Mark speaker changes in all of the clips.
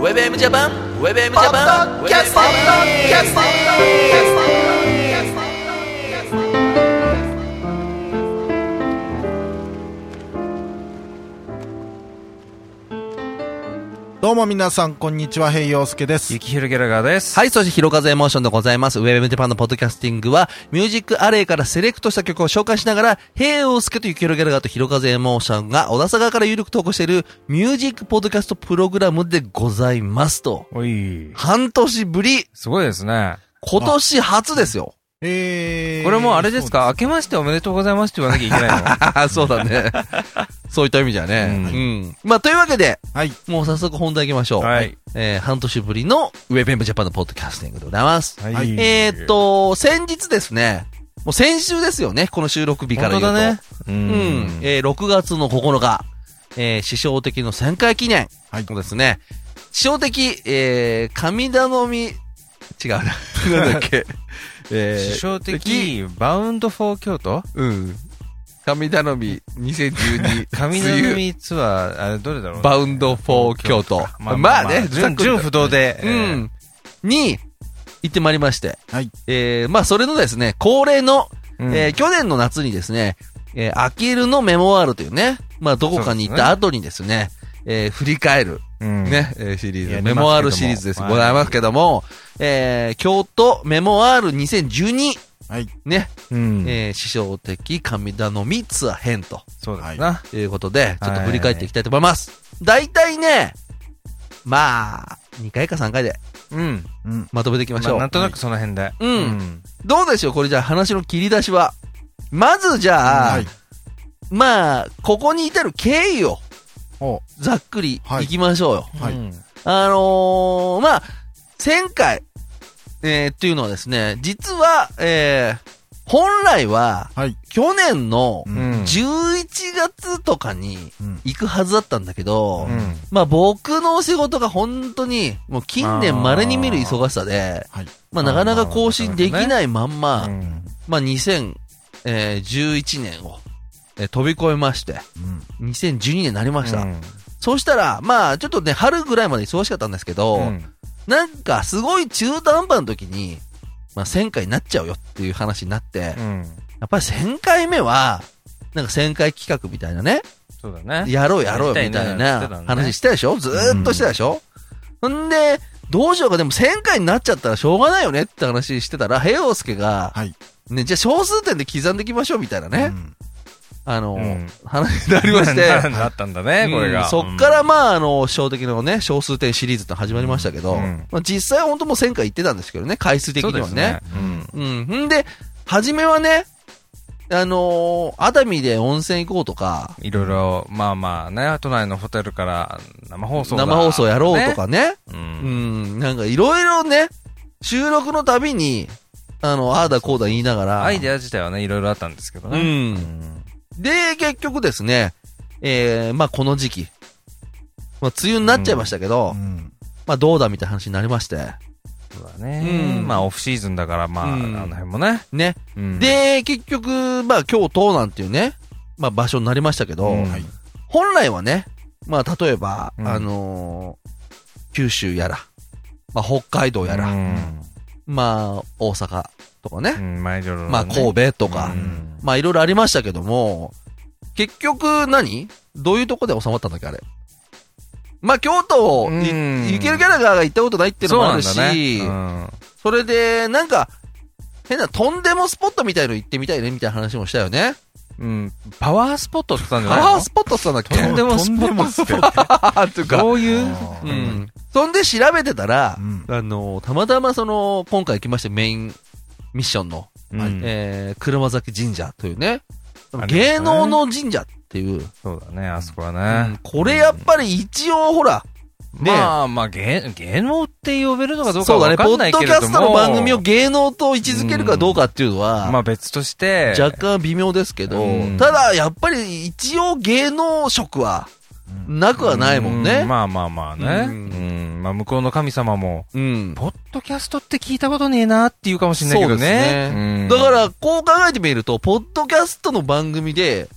Speaker 1: WebM ジャパン WebM ジ
Speaker 2: ポ
Speaker 1: ャパ
Speaker 2: ッ
Speaker 1: ン
Speaker 2: ドキャスティングキャスティング
Speaker 3: どうも皆さん、こんにちは、平洋介です。
Speaker 4: ゆきひろギャラガーです。
Speaker 1: はい、そして、ひろかずエモーションでございます。ウェブジャパンのポッドキャスティングは、ミュージックアレイからセレクトした曲を紹介しながら、平洋介とゆきひろギャラガーとひろかずエモーションが、小田坂から有力投稿している、ミュージックポッドキャストプログラムでございますと。
Speaker 4: おい。
Speaker 1: 半年ぶり、
Speaker 4: すごいですね。
Speaker 1: 今年初ですよ。
Speaker 3: えー、
Speaker 4: これもうあれですか、明けましておめでとうございますって言わなきゃいけないの
Speaker 1: あ そう だね。そういった意味じゃね。う。
Speaker 4: うん
Speaker 1: まあ、というわけで、
Speaker 3: はい。
Speaker 1: もう早速本題行きま しょう。
Speaker 4: はい。
Speaker 1: えー、半年ぶりのウェブエムジャパンのポッドキャスティングでございます。
Speaker 4: は
Speaker 3: はい
Speaker 1: えーっ、と、先日ですね、もう先週ですよね、この収録日から言
Speaker 4: 本当
Speaker 1: うと。
Speaker 4: だね。う
Speaker 1: うん。えー、6月の9日、えー、師匠的の旋回記念。
Speaker 3: はい
Speaker 1: そうですね。師匠的、えー、神頼み、違うな。 なんだっけ。えー
Speaker 4: 師匠的、バウンドフォー京 都
Speaker 1: うん。神頼み2012。
Speaker 4: 神
Speaker 1: 梅
Speaker 4: の
Speaker 1: 雨
Speaker 4: 海ツアー、あれどれだろう
Speaker 1: バウンドフォー京都。まあね、
Speaker 4: 純純不動で。
Speaker 1: う
Speaker 4: えー。
Speaker 1: ん。に、行ってまいりまして。
Speaker 3: はい。
Speaker 1: えー、まあ、それのですね、恒例の、
Speaker 4: うん
Speaker 1: えー、去年の夏にですね、えー、アキルのメモワールというね、まあ、どこかに行った後にですね、えー、振り返る、
Speaker 4: うん。
Speaker 1: ね、えーシリ
Speaker 4: や
Speaker 1: ーズ、
Speaker 4: り
Speaker 1: メ
Speaker 4: ますけども
Speaker 1: モワールシリーズです。
Speaker 4: はい
Speaker 1: ございますけども、えー、京都メモワール2012、
Speaker 3: はい。
Speaker 1: ね、
Speaker 4: うん。
Speaker 1: えー、師匠的神頼みツアー編と。
Speaker 4: そうだ
Speaker 3: は
Speaker 4: な。
Speaker 1: ということで、ちょっと振り返っていきたいと思います。大体ね、まあ、2回か3回で
Speaker 4: うん。
Speaker 3: うん。
Speaker 1: まとめていきまし
Speaker 4: まあ
Speaker 1: ょう。
Speaker 4: なんとなくその辺で。
Speaker 1: うんどうでしょうこれじゃあ話の切り出しは。まずじゃあ、
Speaker 3: はい。
Speaker 1: まあ、ここに至る経緯を
Speaker 3: お
Speaker 1: ざっくり
Speaker 3: はい
Speaker 1: いきましょうよ。
Speaker 3: はい
Speaker 4: うん
Speaker 1: あのー、まあ、前回、えー、っていうのはですね、実は、えー、本来は、
Speaker 3: はい。
Speaker 1: 去年の
Speaker 3: う
Speaker 4: うん。
Speaker 1: 11月とかに
Speaker 3: うん。
Speaker 1: 行くはずだったんだけど、
Speaker 4: うん
Speaker 1: まあ僕の仕事が本当に、もう近年稀に見る忙しさで、
Speaker 3: はい。
Speaker 1: まあなかなか更新できないまんま、
Speaker 4: うん
Speaker 1: まあ2011年をえー飛び越えまして、
Speaker 3: うん。
Speaker 1: 2012年になりました。
Speaker 4: うん
Speaker 1: そうしたら、まあちょっとね、春ぐらいまで忙しかったんですけど、
Speaker 4: うん
Speaker 1: なんかすごい中途半端の時に、まあ1000回になっちゃうよっていう話になって、や
Speaker 4: うん。
Speaker 1: っぱり1000回目は、なんか1000回企画みたいなね、
Speaker 4: そうだね。
Speaker 1: やろうやろうよみたい
Speaker 4: やりたいね
Speaker 1: な話してたでしょずーっとしてたでしょ、んで、どうしようか、でも1000回になっちゃったらしょうがないよねって話してたら、平洋介が、
Speaker 3: はい。
Speaker 1: ね、じゃあ小数点で刻んでいきましょうみたいなね、
Speaker 3: うん
Speaker 1: あの、
Speaker 4: うん
Speaker 1: 話になりまして、
Speaker 4: ななったんだね、これ
Speaker 1: う
Speaker 4: が。
Speaker 1: んそっからまあ、あの、小的のね、小数点シリーズって始まりましたけど、
Speaker 4: うん
Speaker 1: まあ、実際は本当もう1000回行ってたんですけどね、回数的
Speaker 4: そう
Speaker 1: に
Speaker 4: で
Speaker 1: は
Speaker 4: すね。。
Speaker 1: ね
Speaker 4: うん
Speaker 1: うん。んで、初めはね、あのー熱海で温泉行こうとか、
Speaker 4: いろいろ、まあまあね、都内のホテルから生放送だ
Speaker 1: 生放送やろうと。かね
Speaker 4: う。
Speaker 1: うんん、なんかいろいろね、収録のたびに、あの、ああだこうだ言いながら。
Speaker 4: アイデア自体はね、いろいろあったんですけど
Speaker 1: う
Speaker 4: ね。
Speaker 1: ん。で、結局ですね、えー、まあこの時期、まあ梅雨になっちゃいましたけ
Speaker 3: う
Speaker 1: ど、
Speaker 3: ん。
Speaker 1: まあどうだみたいな話になりまして、
Speaker 4: そうだね
Speaker 1: う。ん
Speaker 4: まあオフシーズンだから、まあ、あ
Speaker 1: うん
Speaker 4: の辺もね。
Speaker 1: ね。
Speaker 4: うん、
Speaker 1: で、結局、まあ京都なんていうね、まあ場所になりましたけど、
Speaker 4: うん
Speaker 3: はい。
Speaker 1: 本来はね、まあ例えば、
Speaker 4: うん
Speaker 1: あのー九州やら、まあ北海道やら、
Speaker 4: うん
Speaker 1: まあ大阪とかね、
Speaker 4: うん、まあいろいろね。
Speaker 1: まあ神戸とか、
Speaker 4: うん
Speaker 1: まあいろいろありましたけども、結局何どういうとこで収まったんだっけあれ。まあ京都を、
Speaker 4: う
Speaker 1: い
Speaker 4: ん
Speaker 1: 行けるキャラが行ったことないっていうの
Speaker 4: そう
Speaker 1: もあ
Speaker 4: なん
Speaker 1: るし、そ
Speaker 4: だね。うん
Speaker 1: れでなんか、変なとんでもスポットみたいの行ってみたいねみたいな話もしたよね。
Speaker 4: うん。パワースポットって言ったんじゃ
Speaker 1: パ
Speaker 4: ないの
Speaker 1: ワースポットって言ったんだっ
Speaker 4: とんでもスポットって。
Speaker 1: けというか。
Speaker 4: どういう
Speaker 3: あ
Speaker 1: う
Speaker 3: ー
Speaker 1: ん。そんで調べてたら
Speaker 3: う、ん。
Speaker 1: あの、たまたまその、今回来ましたメインミッションの、
Speaker 4: うん
Speaker 1: えー、車崎神社というね、
Speaker 4: ありましたね
Speaker 1: 芸能の神社っていう、
Speaker 4: そうだね、あそこは
Speaker 1: う
Speaker 4: ね
Speaker 1: ん。これやっぱり一応ほら、ね
Speaker 4: まあまあ、芸、芸能って呼べるのかどうか
Speaker 1: そうだ
Speaker 4: は
Speaker 1: ね、
Speaker 4: 分
Speaker 1: ポ
Speaker 4: かんな
Speaker 1: ッ
Speaker 4: いけ
Speaker 1: ドキ
Speaker 4: れども。
Speaker 1: ャストの番組を芸能と位置づけるかどうかっていうのは、
Speaker 4: まあ別として。
Speaker 1: 若干微妙ですけど、
Speaker 4: うん
Speaker 1: ただやっぱり一応芸能色はなくはないもんね。
Speaker 4: うまあまあまあね。
Speaker 1: う
Speaker 4: うんん。まあ向こうの神様も、
Speaker 1: うん。
Speaker 4: ポッドキャストって聞いたことねえなって言うかもしれないけどね。
Speaker 1: そうです
Speaker 4: うん
Speaker 1: だか、ら、こう考えてみると、ポッドキャストの番組で、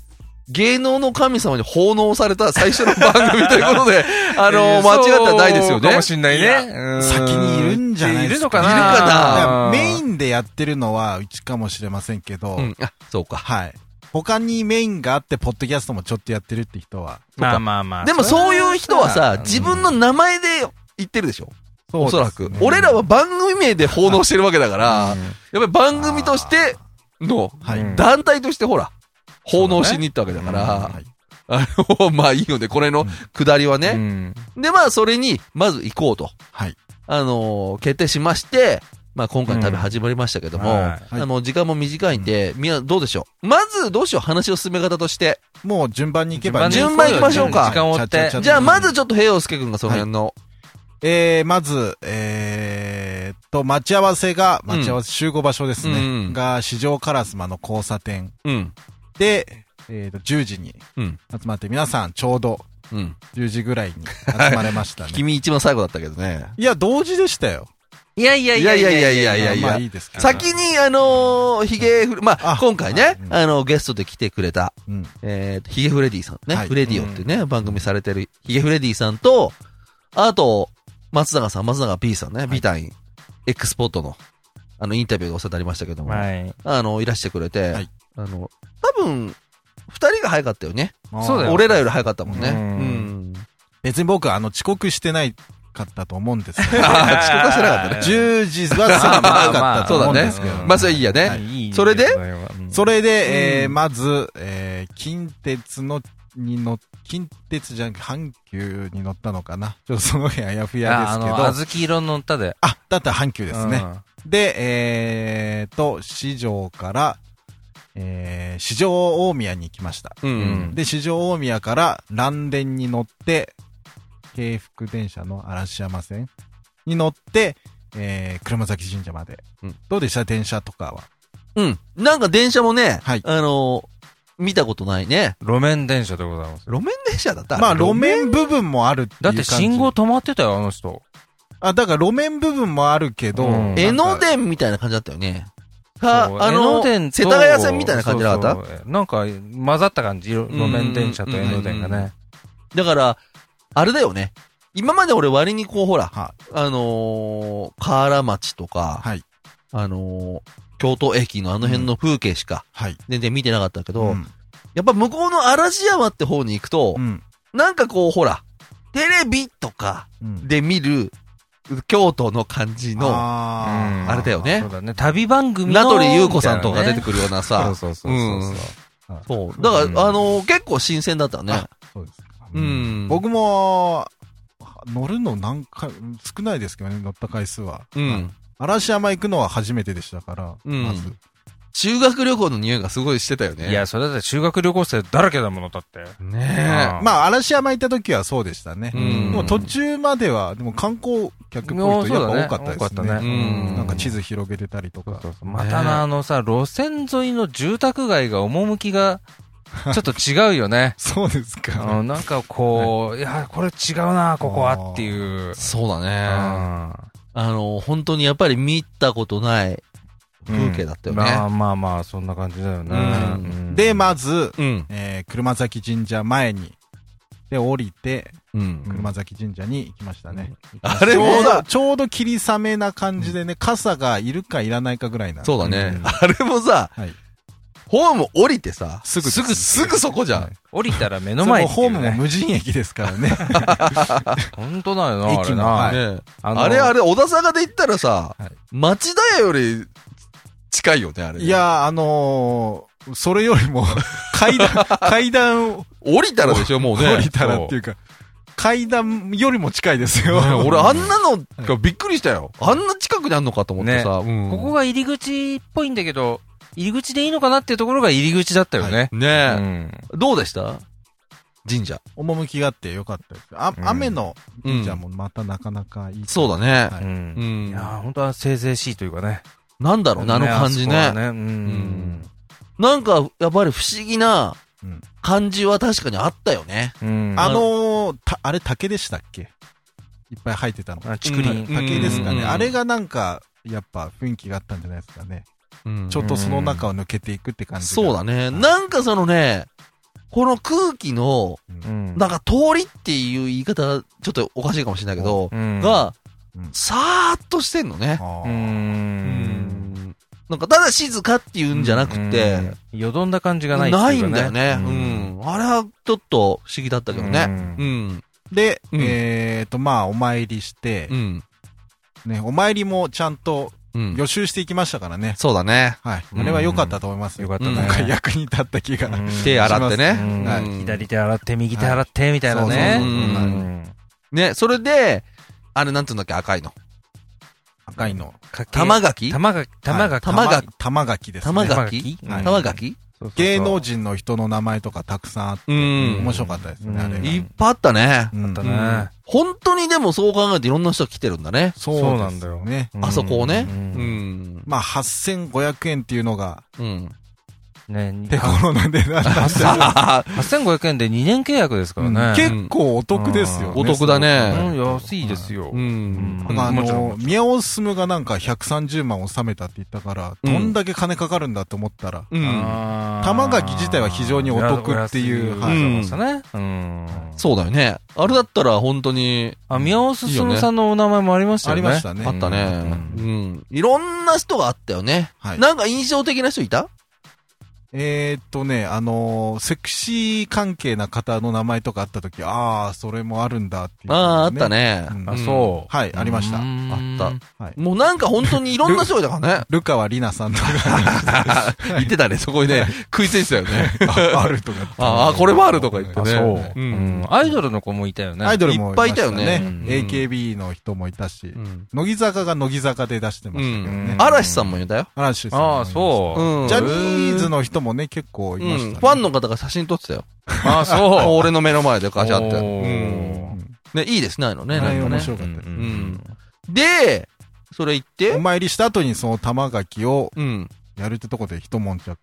Speaker 1: 芸能の神様に奉納された最初の番組ということ で、あの間違ってはないですよ
Speaker 4: そうか
Speaker 1: ね
Speaker 4: も。しんないね。うん
Speaker 3: 先にいるんじゃない
Speaker 4: い
Speaker 3: で
Speaker 4: る
Speaker 3: す
Speaker 4: の
Speaker 3: か
Speaker 4: かない
Speaker 1: るか
Speaker 3: メイ
Speaker 4: ン
Speaker 3: ンでやってるのはうちかもしれませんけど、
Speaker 1: うん、あ、そうか。
Speaker 3: はい。他にメインがあって、ポッドキャストもちょっとやってるって人は。
Speaker 4: まあまあまあ。
Speaker 1: でもそういう人はさ、
Speaker 4: うん
Speaker 1: 自分の名前で言ってるでしょおそら
Speaker 3: う
Speaker 1: く
Speaker 3: です。ね
Speaker 1: 俺らは番組名で奉納してるわけだから、やっぱり番組としての、
Speaker 3: は
Speaker 4: うん
Speaker 3: い。
Speaker 1: 団体としてほら、奉納しに行ったわけだか
Speaker 3: は
Speaker 1: ら、
Speaker 3: い
Speaker 1: あの、 まあいいよね、これの下りは
Speaker 4: う
Speaker 1: ね。
Speaker 4: ん
Speaker 1: で、まあそれに、まず行こうと。
Speaker 3: はい。
Speaker 1: あのー決定しまして、まあ今回旅始まりましたけども、
Speaker 4: うんはい
Speaker 1: あの、時間も短いんで、みんなどうでしょうまずどうしよう話の進め方として。
Speaker 3: もう順番に行けばいい
Speaker 1: 順番に行きましょうか
Speaker 4: 時間を追っ
Speaker 3: ちゃ
Speaker 4: て
Speaker 3: ちゃち。ゃ
Speaker 1: じゃあまずちょっと平洋介くんがその辺の、
Speaker 3: えー、まず、えーっと、待ち合わせが、待ち合わせ、集合場所ですね。
Speaker 1: うん
Speaker 3: が、市場烏丸の交差点
Speaker 1: うん、
Speaker 3: で、えーっと、10時に
Speaker 1: うん、
Speaker 3: 集まって、皆さんちょうど
Speaker 1: うん。
Speaker 3: 10時ぐらいに集まれま したね。
Speaker 1: 君一番最後だったけどね。
Speaker 3: いや、同時でしたよ。
Speaker 4: いやいや
Speaker 1: いやいやいやいやいやい
Speaker 3: まあ
Speaker 1: や
Speaker 3: い。いですけど。
Speaker 1: 先に、あのー、ヒゲフレ、まあ
Speaker 3: あ、
Speaker 1: 今
Speaker 3: は
Speaker 1: 回
Speaker 3: い
Speaker 1: ね
Speaker 3: う、ん
Speaker 1: あの、ゲストで来てくれた、
Speaker 3: うん。
Speaker 1: えーと、ヒゲフレディさんね、
Speaker 3: はい
Speaker 1: フレディオっていうね、番組されてるヒゲフレディさんと、あと、松永さん、松永 P さんね、B 隊員、X ポットの、あの、インタビューでお世話になりましたけども、
Speaker 4: はい。
Speaker 1: あの、いらしてくれて、
Speaker 3: はい
Speaker 1: あの、多分、二人が早かったよね。
Speaker 4: そうだよ
Speaker 1: 俺らより早かったもんね。う。
Speaker 4: うんん。
Speaker 3: 別に僕は、あの、遅刻してないかったと思うんですけど
Speaker 1: ああ、遅刻はしてなかったね。
Speaker 3: 10時はすらなかったと思うんですけど。
Speaker 4: まあまあまあそうだね
Speaker 1: まあ、それいいやね。
Speaker 3: はい
Speaker 4: いい
Speaker 1: それで
Speaker 4: れはうん
Speaker 3: それで、えー
Speaker 1: うん
Speaker 3: まず、えー近鉄の、に乗っ、近鉄じゃなくて、阪急に乗ったのかな。ちょっとその辺あやふやですけど。
Speaker 4: ああ
Speaker 3: あ
Speaker 4: の、小豆色の歌で。
Speaker 3: だったら阪急ですね。
Speaker 4: う
Speaker 3: で、えーと、市場から、えー、市場大宮に行きました。
Speaker 1: うんん。
Speaker 3: で、市場大宮から蘭電に乗って、京福電車の嵐山線に乗って、えー、車崎神社まで。
Speaker 1: うん
Speaker 3: どうでした電車とかは。
Speaker 1: うん。なんか電車もね、
Speaker 3: はい
Speaker 1: あのー、見たことないね。
Speaker 4: ん。路面電車でございます。
Speaker 1: 路面電車だった
Speaker 3: まあ、路面部分もあるっていう
Speaker 4: だ
Speaker 3: 感
Speaker 4: っ
Speaker 3: じ。
Speaker 4: て信号止まってたよ、あの人。
Speaker 3: あ、だから路面部分もあるけど、
Speaker 4: うん
Speaker 3: なんか
Speaker 1: 江ノ電みたいな感じだったよね。か
Speaker 4: そう、
Speaker 1: あの、
Speaker 4: 江ノ電と
Speaker 1: 世田谷線みたいな感じなかった
Speaker 4: そうそうなんか、混ざった感じ、路面電車と江ノ電がね。
Speaker 1: だから、あれだよね。今まで俺割にこう、ほら、
Speaker 3: は
Speaker 1: あのー、河原町とか、
Speaker 3: はい
Speaker 1: あのー、京都駅のあの辺の風景しか
Speaker 3: はい。
Speaker 1: 全然見てなかったけど、
Speaker 3: うん
Speaker 1: やっぱ向こうの嵐山って方に行くと、
Speaker 3: うん。
Speaker 1: なんかこう、ほら、テレビとか
Speaker 3: うん
Speaker 1: で見る京都の感じの、
Speaker 3: あ
Speaker 4: うん
Speaker 1: あれだよね
Speaker 4: そうだね。旅番組の。
Speaker 1: 名取裕子さんとかが出てくるような
Speaker 4: そ
Speaker 1: さ
Speaker 4: う、そうそうそう
Speaker 1: そう。だから、
Speaker 4: うん
Speaker 1: あのー結構新鮮だったね
Speaker 3: あ。ーそうですか。
Speaker 1: うん
Speaker 3: 僕も、乗るの何回、少ないですけどね、乗った回数は。
Speaker 1: うん。
Speaker 3: 嵐山行くのは初めてでしたから、
Speaker 1: うん
Speaker 3: まず。
Speaker 1: 修学旅行の匂いがすごいしてたよね。
Speaker 4: いや、それだって修学旅行生だらけだもの、だって。
Speaker 1: ね
Speaker 4: うん
Speaker 3: まあ、嵐山行った時はそうでしたね。
Speaker 1: うん
Speaker 3: でも途中までは、でも観光客っぽい人やっぱ多かったです
Speaker 4: うんそう
Speaker 3: ね。
Speaker 4: だね
Speaker 1: うん
Speaker 3: なんか地図広げてたりとか。。
Speaker 4: またな、あのさ、路線沿いの住宅街が趣 が、ちょっと違うよね
Speaker 3: そうです
Speaker 4: あ
Speaker 3: か。
Speaker 4: のなんかこう、いや、これ違うな、ここはっていう。
Speaker 1: そうだ
Speaker 4: う
Speaker 1: ね。
Speaker 4: ん
Speaker 1: あの、本当にやっぱり見たことない風景だったよね
Speaker 4: うんまあまあまあ、そんな感じだよね。
Speaker 1: うん
Speaker 4: うん
Speaker 3: で、まず、
Speaker 1: うん。
Speaker 3: えー、車崎神社前に、で、降りて、
Speaker 1: うん。
Speaker 3: 車崎神社に行きましたね。
Speaker 1: あれも
Speaker 3: ちょうど
Speaker 1: さ、
Speaker 3: ちょうど霧雨な感じでね、傘がいるかいらないかぐらいな。
Speaker 1: そうだね。あれもさ
Speaker 3: はい、
Speaker 1: ホーム降りてさ、
Speaker 3: すぐ
Speaker 1: すぐ、すぐそこじゃん。
Speaker 4: 降りたら目
Speaker 3: そ
Speaker 4: の
Speaker 3: れ
Speaker 4: 前
Speaker 3: も
Speaker 4: ってい
Speaker 3: ホー
Speaker 4: う
Speaker 3: ムも
Speaker 4: ね。
Speaker 3: 無人駅ですからね。
Speaker 4: 本当だよな、あ
Speaker 3: 駅
Speaker 4: れ
Speaker 3: も
Speaker 4: な
Speaker 3: はい。
Speaker 1: ね
Speaker 4: の
Speaker 1: あれあれ、小田坂で言ったらさ、町田屋より近いよね、あれ。
Speaker 3: い、やー、あのー、それよりも、階段、階段を
Speaker 1: 降りたらでしょ、もう ね。
Speaker 3: 降りたらっていうか、階段よりも近いですよ。
Speaker 1: ね俺、あんなのがびっくりしたよ。あんな近くにあんのかと思ってさ。うん
Speaker 4: ここが入り口っぽいんだけど、入り口でいいのかなっていうところが入り口だったよね。う
Speaker 1: ね
Speaker 4: ん
Speaker 1: え。どうでした神社。
Speaker 3: 趣があってよかったです。あ、
Speaker 4: うん
Speaker 3: 雨の神社もまたなかなかいい。
Speaker 1: そうだね。
Speaker 3: は
Speaker 4: う
Speaker 3: い
Speaker 4: ん
Speaker 1: う。ん
Speaker 4: いやー、本当はせいぜいしいというかね。
Speaker 1: なんだろうね、あの感じ
Speaker 4: あ
Speaker 1: ね
Speaker 4: そこ。はうん。
Speaker 1: なんか、やっぱり不思議な
Speaker 3: うん
Speaker 1: 感じは確かにあったよね。
Speaker 4: うん
Speaker 3: あのー、た、あれ竹でしたっけいっぱい生えてたの。
Speaker 4: あ竹林。
Speaker 1: うん
Speaker 3: 竹ですか
Speaker 1: うんうんう
Speaker 3: ね。
Speaker 1: ん
Speaker 3: あれがなんか、やっぱ雰囲気があったんじゃないですかね。
Speaker 1: うん
Speaker 3: ちょっとその中を抜けていくって感じが。
Speaker 1: そうだね。なんかそのね、この空気の、
Speaker 4: うん。
Speaker 1: なんか通りっていう言い方、ちょっとおかしいかもしれないけど、
Speaker 4: うん、
Speaker 1: が
Speaker 3: うん、
Speaker 1: さーっとしてんのね。
Speaker 3: あ
Speaker 4: うー
Speaker 3: ー
Speaker 4: ん。
Speaker 1: なんか、ただ静かっていうんじゃなくて、
Speaker 4: うん、よどんだ感じがないって
Speaker 1: な
Speaker 4: う
Speaker 1: い
Speaker 4: か
Speaker 1: んだよね。
Speaker 4: う
Speaker 1: うんん。あれはちょっと不思議だったけどね。
Speaker 4: う
Speaker 1: うんん。
Speaker 3: で、
Speaker 1: うん
Speaker 3: えっと、まあ、お参りして
Speaker 1: う、ん。
Speaker 3: ね、お参りもちゃんと
Speaker 1: うん。
Speaker 3: 予習していきましたからね。
Speaker 1: そうだね。
Speaker 3: はい。あれは良かったと思います
Speaker 4: よ
Speaker 3: よ。
Speaker 4: かった
Speaker 1: うん
Speaker 4: ね
Speaker 3: 今。回役に立った気が。
Speaker 4: うん
Speaker 1: 手洗って
Speaker 4: う
Speaker 1: ね。
Speaker 4: ん
Speaker 3: はい
Speaker 4: 左手洗って、右手洗って、みたいなね。
Speaker 3: そう
Speaker 1: そうそうそうね、それで、あれなんていうんだっけ、赤いの。
Speaker 3: 赤いの。
Speaker 1: 玉
Speaker 4: が、
Speaker 1: 垣
Speaker 4: 玉が、玉が、
Speaker 1: 玉垣
Speaker 3: 玉垣ですね。
Speaker 1: 玉
Speaker 4: 玉
Speaker 1: 垣
Speaker 4: 垣
Speaker 1: うん玉垣
Speaker 4: そうそうそう
Speaker 3: 芸能人の人の名前とかたくさんあって、
Speaker 1: う
Speaker 3: 面
Speaker 1: ん。
Speaker 3: 白かったですね、あれ
Speaker 4: うん
Speaker 3: が。
Speaker 1: いっぱいあったね。
Speaker 3: うん
Speaker 4: だ
Speaker 1: うん
Speaker 4: ね。
Speaker 1: 本当にでもそう考えていろんな人が来てるんだね。
Speaker 3: そう
Speaker 4: そう
Speaker 3: な
Speaker 4: なんん
Speaker 3: だ
Speaker 4: だ
Speaker 3: よ
Speaker 4: よ
Speaker 3: ね。
Speaker 1: あそこをね。う
Speaker 4: うん
Speaker 1: ん。
Speaker 3: まあ、8500円っていうのが、
Speaker 1: うん。
Speaker 4: ね、
Speaker 3: 手頃なんで、
Speaker 1: あ
Speaker 4: 8500円で2年契約ですからね。
Speaker 3: 結構お得ですよね。
Speaker 1: お得だね
Speaker 4: うん安いですよ。
Speaker 1: う
Speaker 4: うん
Speaker 1: ん。
Speaker 3: なんかあ
Speaker 4: もちろん
Speaker 3: の
Speaker 4: も、ちろん
Speaker 3: 宮尾進がなんか130万納めたって言ったから、
Speaker 1: うん
Speaker 3: どんだけ金かかるんだと思ったら、
Speaker 1: うん。
Speaker 4: あー
Speaker 3: 玉垣自体は非常にお得っていう
Speaker 4: お安
Speaker 1: はい
Speaker 4: お安いですね。うん。
Speaker 1: そうだよね。あれだったら本当に、
Speaker 4: あ、宮尾進さんのお名前もありましたよね。
Speaker 3: ありましたね
Speaker 1: あったね。
Speaker 4: う
Speaker 1: うんん。いろんな人があったよね。
Speaker 3: はい
Speaker 1: なんか印象的な人いた
Speaker 3: えー、っとね、あのーセクシー関係な方の名前とかあった時、ああ、それもあるんだっていう、
Speaker 1: ああー、あった。ね。
Speaker 3: うん
Speaker 4: あ、そう。
Speaker 3: はい、ありました。
Speaker 4: あ
Speaker 1: あっ
Speaker 3: はい。
Speaker 1: もうなんか本当にいろんな人がいたからね。
Speaker 3: ルカワリナさんとか
Speaker 1: 言ってたね、そこにね、食いついてたよね。
Speaker 3: ああるとかって
Speaker 1: ああ、これもあるとか言って
Speaker 4: あ、
Speaker 1: ね。
Speaker 4: そう。う
Speaker 1: うん
Speaker 4: ん。アイドルの子もいたよね。
Speaker 3: アイドルもいました
Speaker 1: いっぱいいたよね
Speaker 4: うん
Speaker 3: AKB の人もいたし、
Speaker 1: うん
Speaker 3: 乃木坂が乃木坂で出してましたけどね
Speaker 4: う。ん
Speaker 1: 嵐さんもいたよ。
Speaker 3: 嵐さんもい
Speaker 4: あ
Speaker 3: ま
Speaker 4: あ、
Speaker 3: した。
Speaker 4: そうう。
Speaker 1: ん
Speaker 3: ジャニーズの人もね、結構いました、
Speaker 1: う
Speaker 3: ね
Speaker 1: ん。ファンの方が写真撮ってたよ。
Speaker 4: ああ、そう。
Speaker 1: 俺の目の前でガシャって。
Speaker 4: お
Speaker 1: うん
Speaker 4: ー
Speaker 1: ね、いいですね、あのね、
Speaker 3: あれ
Speaker 1: なんか
Speaker 3: 面
Speaker 1: ね。
Speaker 3: 白かったです、
Speaker 4: うん
Speaker 1: うん。で、それ言っ
Speaker 3: お
Speaker 1: て、
Speaker 3: 参りした後にその玉垣を
Speaker 1: うん。
Speaker 3: やるってとこで一悶 着。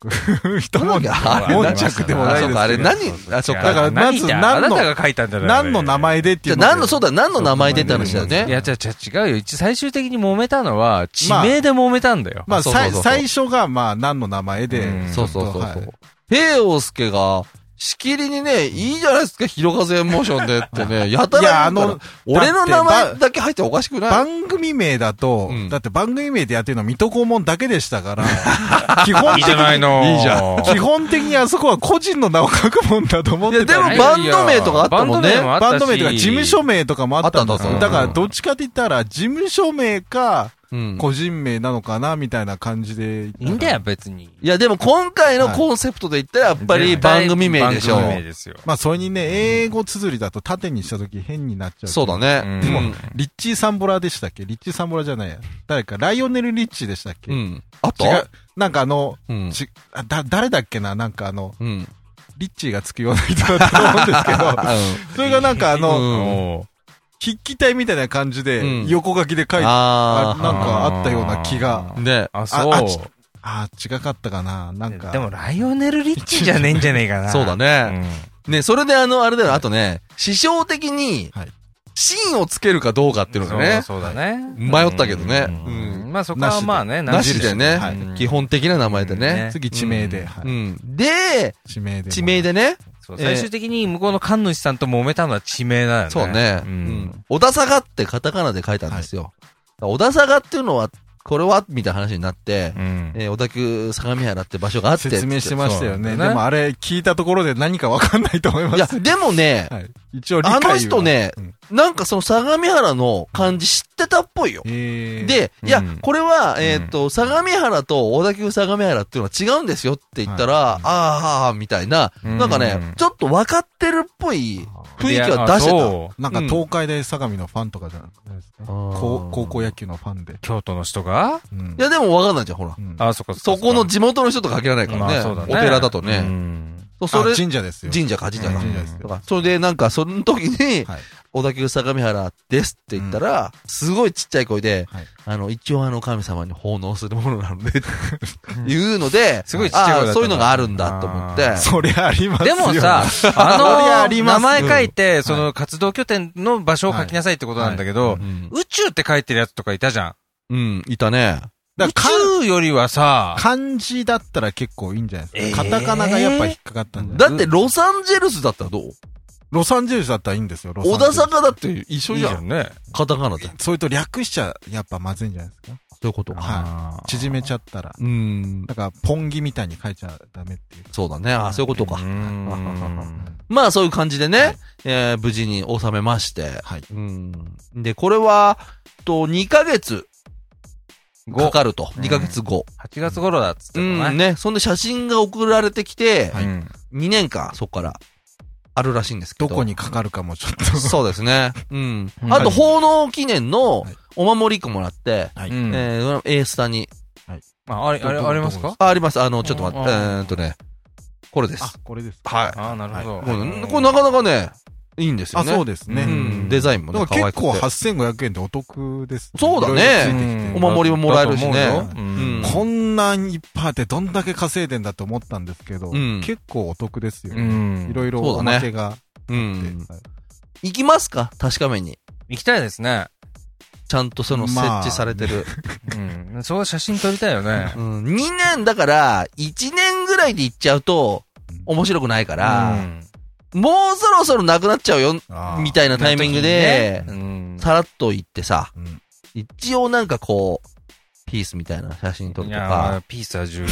Speaker 3: 一
Speaker 1: 玉
Speaker 3: 悶
Speaker 1: 垣
Speaker 3: 着。
Speaker 1: あれ
Speaker 3: 悶着でもないですけど
Speaker 1: あそうかあれ何あ、そっ
Speaker 3: だ
Speaker 1: か。
Speaker 3: からまず何
Speaker 4: 何
Speaker 3: の
Speaker 4: あなたが書いたんじゃない
Speaker 3: 何の名前でって
Speaker 1: じ
Speaker 3: い
Speaker 1: ゃ
Speaker 3: う
Speaker 1: あ
Speaker 3: ので
Speaker 1: 何の、そうだ、何の名前出た話だよ
Speaker 4: いや、
Speaker 1: ね。
Speaker 4: 違う違う違うよ。一最終的に揉めたのは、地名で揉めたんだよ。
Speaker 3: まあ、
Speaker 1: あそうそう
Speaker 3: さ
Speaker 1: そ
Speaker 3: いう
Speaker 1: そう
Speaker 3: 最初が、まあ、何の名前
Speaker 4: う
Speaker 3: で
Speaker 4: ん。
Speaker 1: そうそうそうそ。
Speaker 3: はいう
Speaker 1: 平王介が、しきりにね、いいじゃないですか、広風モーションでってね、やた
Speaker 3: いやあ
Speaker 1: ら言うから
Speaker 3: の、
Speaker 1: 俺の名
Speaker 3: だっ
Speaker 1: 前
Speaker 3: て
Speaker 1: だけ入っておかしくない
Speaker 3: 番組名だと、
Speaker 1: うん
Speaker 3: だって番組名でやってるのは水戸黄門だけでした から、基本
Speaker 4: いい
Speaker 3: 的
Speaker 4: じゃない
Speaker 3: に、
Speaker 4: の。
Speaker 1: いいじゃ
Speaker 4: ん
Speaker 3: 基本的にあそこは個人の名を書くもんだと思ってた
Speaker 1: いやでもバンド名とかあったもんね
Speaker 4: いやいや
Speaker 3: バンド名とか
Speaker 4: バンド名
Speaker 3: 事務所名とかもあったんです
Speaker 1: あったあ
Speaker 3: よ。
Speaker 1: った
Speaker 3: だからどっちかって言ったら、事務所名か、
Speaker 1: うん
Speaker 3: 個人名なのかな、みたいな感じで。い
Speaker 4: いいんだよ、。別に。
Speaker 1: いや、でも今回のコンセプトで言ったら、やっぱり番組名でしょ
Speaker 4: 番。組名ですよ。
Speaker 3: まあ、それにね、英語綴りだと縦にした時変になっちゃう。
Speaker 1: そうだ。ね。
Speaker 4: うん
Speaker 1: うん
Speaker 3: リッチー・サンボラでしたっけリッチー・サンボラじゃないや。誰か、ライオネル・リッチーでしたっけ、
Speaker 1: う。
Speaker 3: 違うん
Speaker 1: あと
Speaker 3: なんかあの、
Speaker 1: うん。
Speaker 3: ちあだ、誰だっけななんかあの、
Speaker 1: うん。
Speaker 3: リッチーがつくような人だったと思うんですけど、
Speaker 1: あ
Speaker 3: それがなんかあの、
Speaker 1: うん
Speaker 4: お
Speaker 3: 筆記体みたいな感じ
Speaker 1: う
Speaker 3: で、
Speaker 1: ん
Speaker 3: 横書きで書いて、あ
Speaker 1: あ
Speaker 3: なんかあったような気が
Speaker 1: ー。。ね。
Speaker 3: あ
Speaker 4: あ、
Speaker 3: あち
Speaker 4: そう。
Speaker 3: あー違かったかななんか。
Speaker 4: でも、ライオネル・リッチじゃねえんじゃねえかな。
Speaker 1: そうだ
Speaker 4: う
Speaker 1: ね。
Speaker 4: ん。
Speaker 1: ね、それであの、あれだよ、あとね、師匠的に
Speaker 3: はい、
Speaker 1: 芯をつけるかどうかっていうのがね、
Speaker 4: そうそうだね。
Speaker 1: 迷ったけどね
Speaker 4: うん
Speaker 1: う
Speaker 4: まあそこはまあね、
Speaker 1: なしでね
Speaker 3: はい
Speaker 4: うん、
Speaker 1: 基本的な名前でね。
Speaker 3: 次、地名で、
Speaker 4: うん
Speaker 3: は
Speaker 1: う
Speaker 3: い。
Speaker 1: ん。で、
Speaker 3: 地名で。
Speaker 1: 地名でね、
Speaker 4: そう
Speaker 1: えー
Speaker 4: 最終的に向こうの神主さんと揉めたのは地名だよね。
Speaker 1: そうね、う
Speaker 4: うん
Speaker 1: ん。小田坂ってカタカナで書いたんですよ。小田坂っていうのは、これはみたいな話になって、
Speaker 4: うん
Speaker 1: えー小田急相模原って場所があって。
Speaker 3: 説明してましたよね。
Speaker 4: そう
Speaker 3: でもあれ聞いたところで何かわかんないと思いま
Speaker 1: いや、
Speaker 3: す。
Speaker 1: でもね、
Speaker 3: はい。一応理解
Speaker 1: あ
Speaker 3: は
Speaker 1: の人。ね、
Speaker 3: うん
Speaker 1: なんかその相模原の漢字知ってたっぽいよ。
Speaker 3: えー、
Speaker 1: で、
Speaker 4: うん
Speaker 1: いや、これは、え
Speaker 4: うん
Speaker 1: っと、相模原と小田急相模原っていうのは違うんですよって言ったら、
Speaker 3: はい
Speaker 1: あーあー、みたいな、
Speaker 4: うん
Speaker 1: なんかね、ちょっと分かってるっぽい雰囲気は出して
Speaker 4: いや
Speaker 1: た。
Speaker 4: そう
Speaker 3: なんか東海大相模のファンとかじゃないですか。高高校野球のファンで。
Speaker 4: 京都の人が
Speaker 3: うん
Speaker 1: いや、でも分かんないじゃん、ほら。
Speaker 3: うん
Speaker 4: あ、そっかっか
Speaker 1: そこの地元の人と限らないからね。
Speaker 4: まあそうだね
Speaker 1: お寺だと
Speaker 4: う
Speaker 1: ね。
Speaker 4: ん
Speaker 1: そう
Speaker 3: あ
Speaker 1: それ、
Speaker 3: 神社ですよ。
Speaker 1: 神社か、神社か。
Speaker 3: 神社ですよ
Speaker 1: とかそれで、なんか、その時に、
Speaker 3: はい
Speaker 1: 小田急相模原ですって言ったら、すごいちっちゃい声で、
Speaker 3: はい
Speaker 1: あの、一応あの、神様に奉納するものなので、言うので、
Speaker 4: すごいちっちゃい声だったな
Speaker 1: あーそういうのがあるんだと思って
Speaker 4: あ。
Speaker 3: そりゃあります
Speaker 4: で
Speaker 3: よ。
Speaker 4: もさ、
Speaker 3: そりゃ
Speaker 4: あ
Speaker 3: あ
Speaker 4: の
Speaker 3: り
Speaker 4: ー、
Speaker 3: ま
Speaker 4: 名
Speaker 3: す
Speaker 4: 前書いて、
Speaker 3: ん
Speaker 4: その活動拠点の場所を書きなさいってことなんだけど
Speaker 1: う、ん、
Speaker 4: 宇宙って書いてるやつとかいたじゃん。
Speaker 1: うん、いたね。
Speaker 3: だ
Speaker 4: 宇
Speaker 3: からかん
Speaker 4: 宙よりはさ、
Speaker 3: 漢字だったら結構いいんじゃないですか。
Speaker 4: えー
Speaker 3: カタカナがやっぱ引っかかったんじゃない、
Speaker 1: だって、ロサンゼルスだったらどう
Speaker 3: ロサンゼルスだったらいいんですよ、ロサン
Speaker 1: 小
Speaker 3: ゼル
Speaker 1: 田
Speaker 3: ス。
Speaker 1: 坂だって一
Speaker 4: い
Speaker 1: 緒
Speaker 4: い
Speaker 1: じ
Speaker 4: じ
Speaker 1: ゃ
Speaker 4: ゃ
Speaker 1: ん。
Speaker 4: んね。
Speaker 1: カタカナで。そ
Speaker 3: それと略しちゃ、やっぱまずいんじゃないですか。
Speaker 1: ういうこと。
Speaker 3: はい
Speaker 4: あー
Speaker 3: 縮めちゃったら。
Speaker 1: うー
Speaker 3: な
Speaker 1: ん。
Speaker 3: んか、ポンギみたいに書いちゃダメっていう。
Speaker 1: そうだね。あ、そういうことか
Speaker 4: う。ん
Speaker 1: まあそういう感じでね、えー無事に収めまして。
Speaker 3: はい。
Speaker 1: うん。で、これは、と、2ヶ月かかると。
Speaker 4: うん
Speaker 1: 2ヶ月後。
Speaker 4: 8月頃だっつってた
Speaker 1: うん、
Speaker 4: もんね。
Speaker 1: ね。そんで写真が送られてきて、
Speaker 3: はい
Speaker 4: うん
Speaker 1: 2年間そこからあるらしいんですけ
Speaker 3: ど
Speaker 1: ど。
Speaker 3: こにかかるかもちょっと。
Speaker 1: そうですね。うん。
Speaker 4: うん
Speaker 1: あと、奉納記念の
Speaker 3: はい
Speaker 1: お守り1個もらって、
Speaker 3: はい。
Speaker 4: うん
Speaker 1: えー、エースタに。
Speaker 4: あ、あれ、あれ、ありますか
Speaker 1: あ、あります。あの、ちょっと待って。え
Speaker 4: ああ
Speaker 1: ーっとね、これです。
Speaker 3: あ、これです。
Speaker 1: はい
Speaker 4: あーなるほど。
Speaker 1: これこれなかなかね、いいんですよ
Speaker 3: あ、
Speaker 1: ね。
Speaker 3: そうですね。
Speaker 1: う
Speaker 4: うん
Speaker 1: ん。デザインもね
Speaker 3: だ、
Speaker 1: 可
Speaker 3: か
Speaker 1: 愛
Speaker 3: ら
Speaker 1: くて。
Speaker 3: 結構8500円でお得です、
Speaker 1: そうだね
Speaker 3: いろいろついてきて
Speaker 1: お守りももらえるしね
Speaker 4: だと思うよう
Speaker 1: うん
Speaker 4: ん
Speaker 3: こんなんいっぱいあってどんだけ稼いでんだと思ったんですけど、
Speaker 1: うん
Speaker 3: 結構お得ですよ
Speaker 4: う
Speaker 3: ね。
Speaker 4: ん
Speaker 3: いろいろ
Speaker 1: そうだ
Speaker 3: お
Speaker 1: ね
Speaker 3: まけがあって。
Speaker 1: う
Speaker 3: はい
Speaker 1: ん。行きますか確かめに。
Speaker 4: 行きたいですね。
Speaker 1: ちゃんとその設
Speaker 3: まあ
Speaker 1: 置されてる。
Speaker 4: うん。そう写真撮りたいよね。
Speaker 1: うん。2年だから、1年ぐらいで行っちゃうと、面白くないから、もうそろそろなくなっちゃうよ、
Speaker 3: あー
Speaker 1: みたいなタイミングで
Speaker 4: う、ん。
Speaker 1: さらっと行ってさ、
Speaker 3: うん
Speaker 1: 一応なんかこう、ピースみたいな写真撮る
Speaker 4: い
Speaker 1: と
Speaker 4: や
Speaker 1: か
Speaker 4: ー、ピースは 重要。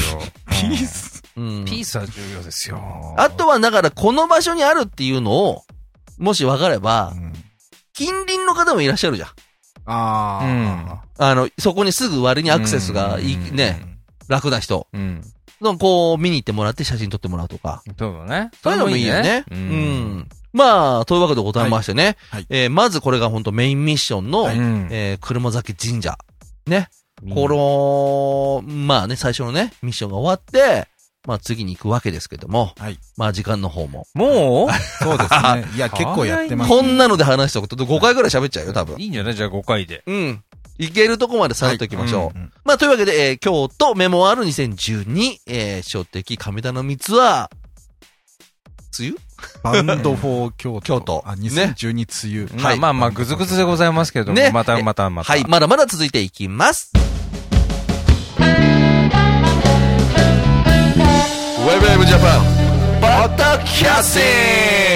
Speaker 3: ピース
Speaker 1: うん
Speaker 4: うん。ピースは重要ですよ。
Speaker 1: あとはだから、この場所にあるっていうのを、もし分かれば
Speaker 3: う、ん
Speaker 1: 近隣の方もいらっしゃるじゃん。
Speaker 3: あ
Speaker 1: あの、そこにすぐ割にアクセスがいい、
Speaker 4: うん
Speaker 3: ー
Speaker 1: ね、楽な人。
Speaker 4: うん。
Speaker 1: こう、見に行ってもらって写真撮ってもらうとか。
Speaker 4: そうだね。
Speaker 1: そういうのもいいよね。
Speaker 4: う。
Speaker 1: うんん。まあ、というわけでございましてね。
Speaker 3: はいはい
Speaker 1: えーまずこれが本当メインミッションの、
Speaker 4: うん
Speaker 1: えー車酒神社。ね。この、まあね、最初のね、ミッションが終わって、まあ次に行くわけですけども。
Speaker 3: はい
Speaker 1: まあ時間の方も。
Speaker 4: も
Speaker 3: そうですね。 いや、結構やってます。
Speaker 1: こんなので話しておくと5回ぐらい喋っちゃうよ、多分
Speaker 4: う。いいんじゃないじゃあ5回で。
Speaker 1: うん。行けるとこまでさらっと行きましょう。
Speaker 3: うん
Speaker 1: まあ、というわけで、えー京都メモある2012、えー、小的神田の三つは、梅雨
Speaker 3: バンドフォー京都。
Speaker 1: 京都
Speaker 3: あ、
Speaker 1: ね
Speaker 3: 2012梅雨。
Speaker 4: まあまあまあ、ぐずぐずでございますけれども
Speaker 1: ね、
Speaker 4: またまたまた。
Speaker 1: はい、まだまだ続いていきます。ウェブウェブジャパン、バタキャッシン